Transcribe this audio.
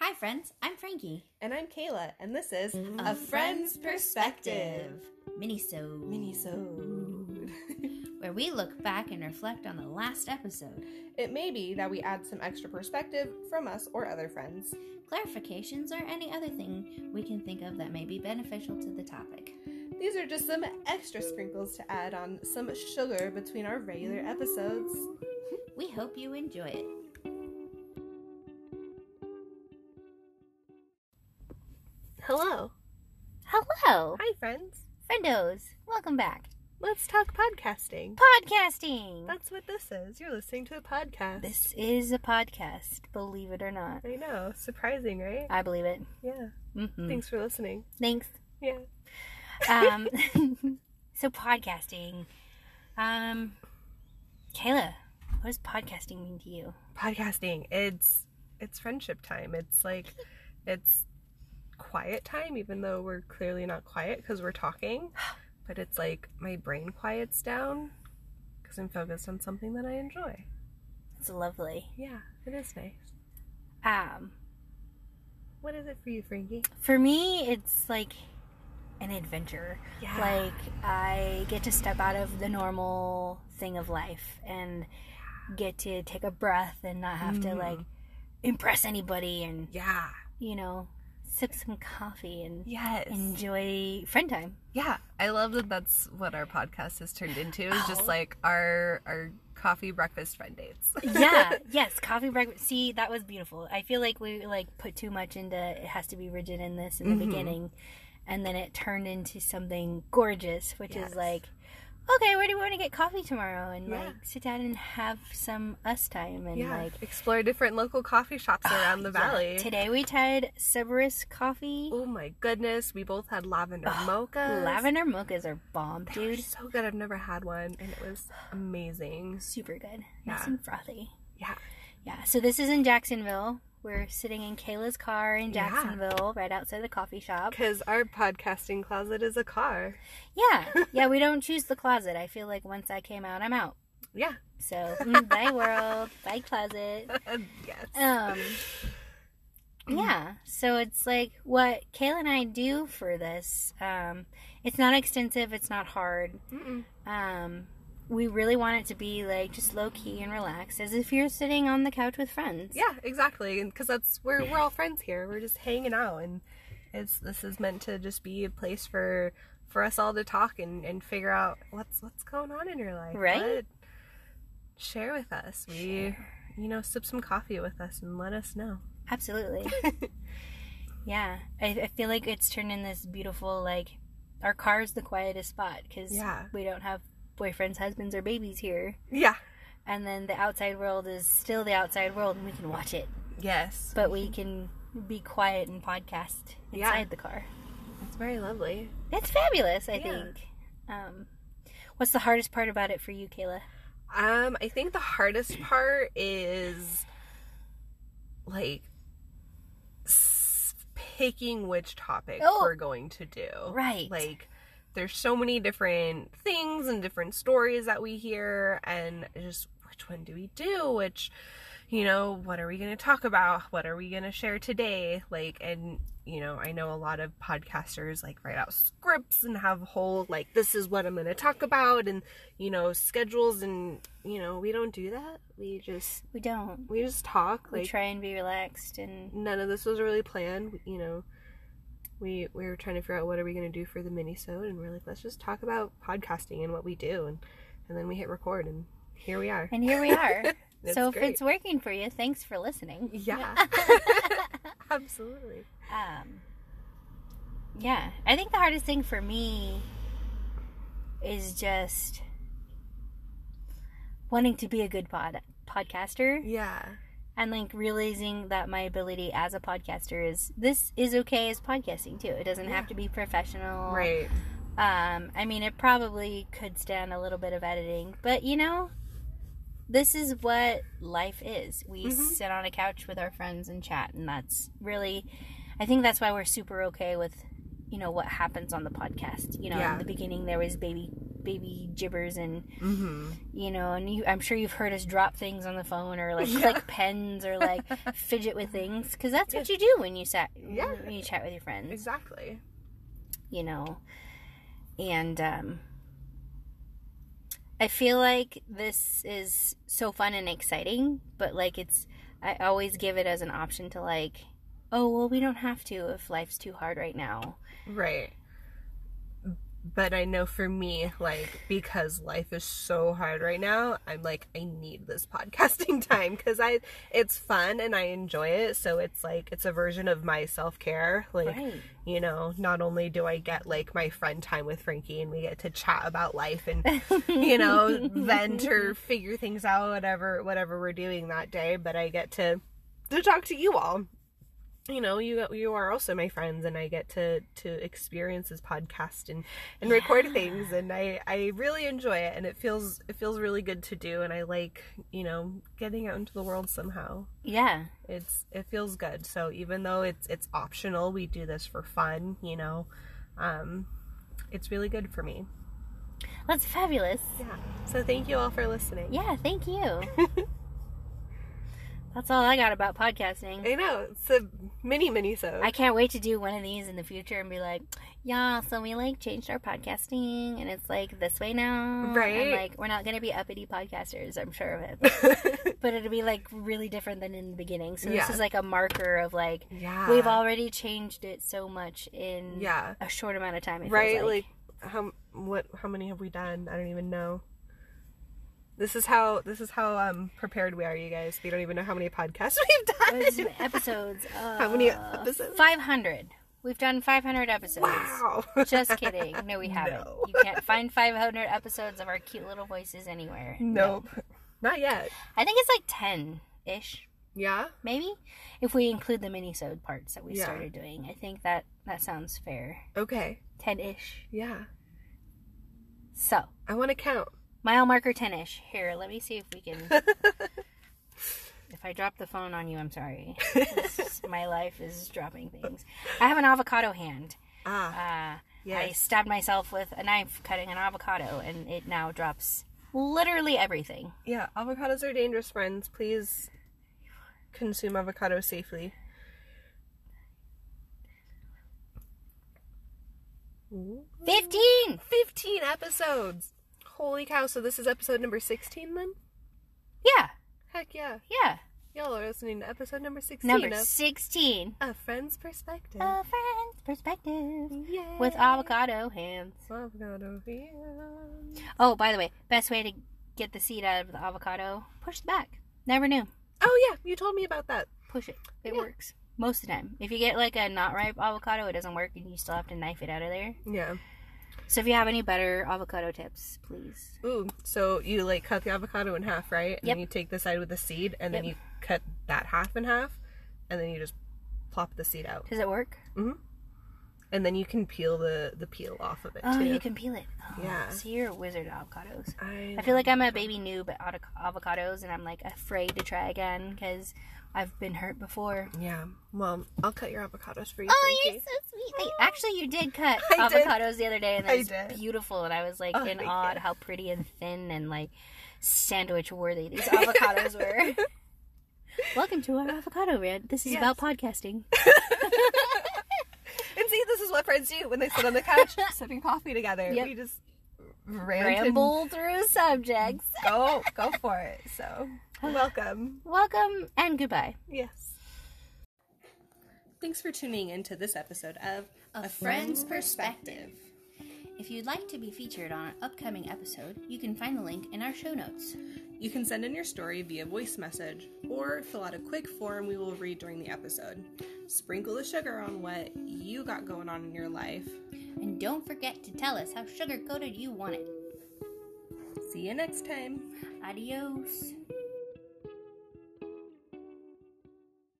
Hi, friends. I'm Frankie. And I'm Kayla, and this is A Friend's Perspective. Miniso. Minisode. Where we look back and reflect on the last episode. It may be that we add some extra perspective from us or other friends. Clarifications or any other thing we can think of that may be beneficial to the topic. These are just some extra sprinkles to add on some sugar between our regular episodes. We hope you enjoy it. Hello. Hello, Hi, friends. friendos. Welcome back. Let's talk podcasting. Podcasting. That's what this is. You're listening to a podcast. This is a podcast, believe it or not. I know. Surprising, right? I believe it. Yeah. Mm-hmm. Thanks for listening. Thanks. Yeah. Um, so podcasting. Um, Kayla, what does podcasting mean to you? podcasting it's it's friendship time it's like it's quiet time even though we're clearly not quiet because we're talking but it's like my brain quiets down because i'm focused on something that i enjoy It's lovely. yeah it is nice Um, what is it for you frankie for me, it's like an adventure. yeah Like I get to step out of the normal thing of life and get to take a breath and not have to Mhm. like impress anybody and yeah you know sip some coffee and yes enjoy friend time. Yeah, I love that. That's what our podcast has turned into. Is Oh. just like our our coffee breakfast friend dates. yeah yes coffee breakfast see that was beautiful i feel like we like put too much into it has to be rigid in this in the Mhm. Mm-hmm. beginning and then it turned into something gorgeous which is Yes. like okay where do we want to get coffee tomorrow and Yeah. like sit down and have some us time and yeah like explore different local coffee shops around the valley Yeah. today we tried Cerberus coffee oh my goodness we both had lavender mocha lavender mochas are bomb They were dude so good i've never had one and it was amazing super good Yeah. nice and frothy yeah Yeah, so this is in Jacksonville. We're sitting in Kayla's car in Yeah. Jacksonville, right outside the coffee shop. Because our podcasting closet is a car. Yeah, yeah, we don't choose the closet. I feel like once I came out, I'm out. Yeah. So, mm, bye world, bye closet. yes. Um, yeah, so it's like what Kayla and I do for this. Um, it's not extensive, it's not hard. Mm-mm. Um, we really want it to be like just low key and relaxed, as if you're sitting on the couch with friends. Yeah, exactly. Because that's we're we're all friends here. We're just hanging out, and it's this is meant to just be a place for for us all to talk and and figure out what's what's going on in your life. Right? What- share with us. We you know sip some coffee with us and let us know. Absolutely. yeah. I, I feel like it's turned in this beautiful, like, our car's the quietest spot because Yeah. we don't have boyfriends, husbands, or babies here. Yeah. And then the outside world is still the outside world and we can watch it. Yes. But we can be quiet and podcast inside Yeah. the car. It's very lovely. It's fabulous, I Yeah. think. Um, what's the hardest part about it for you, Kayla? Um, I think the hardest part is like s- picking which topic Oh. we're going to do. Right. Oh, Like there's so many different things and different stories that we hear and just which one do we do? Which you know, what are we going to talk about? What are we going to share today? Like and you know, I know a lot of podcasters like write out scripts and have whole like this is what I'm going to talk about and you know, schedules and you know, we don't do that. We just we don't. we just talk we like try and be relaxed and none of this was really planned. You know, we we were trying to figure out what are we going to do for the minisode, and we're like, let's just talk about podcasting and what we do, and and then we hit record, and here we are. and here we are. It's so if great. it's working for you, thanks for listening. yeah, absolutely. Um, yeah, I think the hardest thing for me is just wanting to be a good pod podcaster Yeah, and like realizing that my ability as a podcaster is this is okay as podcasting too. It doesn't have to be professional. right. Um, I mean, it probably could stand a little bit of editing, but you know, this is what life is. We Mhm. sit on a couch with our friends and chat, and that's really, I think that's why we're super okay with, you know, what happens on the podcast. You know, Yeah. in the beginning there was baby baby gibbers and Mm-hmm. you know, and you, I'm sure you've heard us drop things on the phone or like click pens or like fidget with things because that's what you do when you sat Yeah. when you chat with your friends, Exactly. you know. And um I feel like this is so fun and exciting, but like it's I always give it as an option to like, oh, well we don't have to if life's too hard right now. Right. But I know for me, like, because life is so hard right now, I'm like, I need this podcasting time because I, it's fun and I enjoy it. So it's like, it's a version of my self care. Like, Right. you know, not only do I get like my friend time with Frankie and we get to chat about life and, you know, vent or figure things out, whatever, whatever we're doing that day, but I get to, to talk to you all you know you you are also my friends and i get to to experience this podcast and and record things and i i really enjoy it and it feels it feels really good to do and i like you know getting out into the world somehow Yeah. it's it feels good so even though it's it's optional we do this for fun you know um it's really good for me That's fabulous. yeah so thank you all for listening Yeah, thank you. That's all I got about podcasting. i know it's a mini mini so I can't wait to do one of these in the future and be like, yeah, so we like changed our podcasting and it's like this way now. Right. And like, we're not going to be uppity podcasters, I'm sure of it. but it'll be like really different than in the beginning. So this Yeah. is like a marker of like, yeah we've already changed it so much in Yeah. a short amount of time. It feels right like, how what how many have we done i don't even know this is how this is how um prepared we are you guys we don't even know how many podcasts we've Those done episodes. Uh, how many episodes 500. We've done 500 episodes. wow Just kidding. No, we haven't. No. You can't find 500 episodes of our cute little voices anywhere. nope not yet I think it's like 10 ish, yeah maybe, if we include the mini-sode parts that we Yeah. started doing. I think that that sounds fair. okay 10 ish. yeah So, i want to count mile marker 10 ish. Here, let me see if we can. if I drop the phone on you, I'm sorry. It's- my life is dropping things. I have an avocado hand. ah Uh, I yes stabbed myself with a knife cutting an avocado, and it now drops literally everything. yeah avocados are dangerous friends please consume avocados safely Ooh. 15! 15 episodes. Holy cow. So this is episode number 16 then? Yeah, Heck yeah. yeah. Y'all are listening to episode number 16 Number of 16. A Friend's Perspective. A friend's perspective Yay. with avocado hands. Avocado hand. Oh, by the way, best way to get the seed out of the avocado, push the back. Never knew. Oh yeah, you told me about that. Push it. It Yeah. works. Most of the time. If you get like a not ripe avocado, it doesn't work and you still have to knife it out of there. Yeah. So if you have any better avocado tips, please. Ooh, so you like cut the avocado in half, right? And Yep. then you take the side with the seed and then Yep. you cut that half in half and then you just plop the seed out. Does it work? And then you can peel the the peel off of it Oh, too. you can peel it. Oh, Yeah. So you're a wizard at avocados. I, I feel like I'm a baby noob at avoc- avocados and I'm like afraid to try again because I've been hurt before. yeah. Well, I'll cut your avocados for you. Oh, Frankie. you're so sweet. They, actually, you did cut I did. avocados the other day, and I it was did. beautiful. And I was like Oh, in thank awe you. at how pretty and thin and like sandwich worthy these avocados were. Welcome to our avocado rant. This is Yes. about podcasting. And see, this is what friends do when they sit on the couch sipping coffee together. Yep. We just rant Ramble through subjects. And go, go for it. So, welcome. Welcome and goodbye. Yes. Thanks for tuning into this episode of A Friend's Perspective. If you'd like to be featured on an upcoming episode, you can find the link in our show notes. You can send in your story via voice message or fill out a quick form we will read during the episode. Sprinkle the sugar on what you got going on in your life. And don't forget to tell us how sugar coated you want it. See you next time. Adios.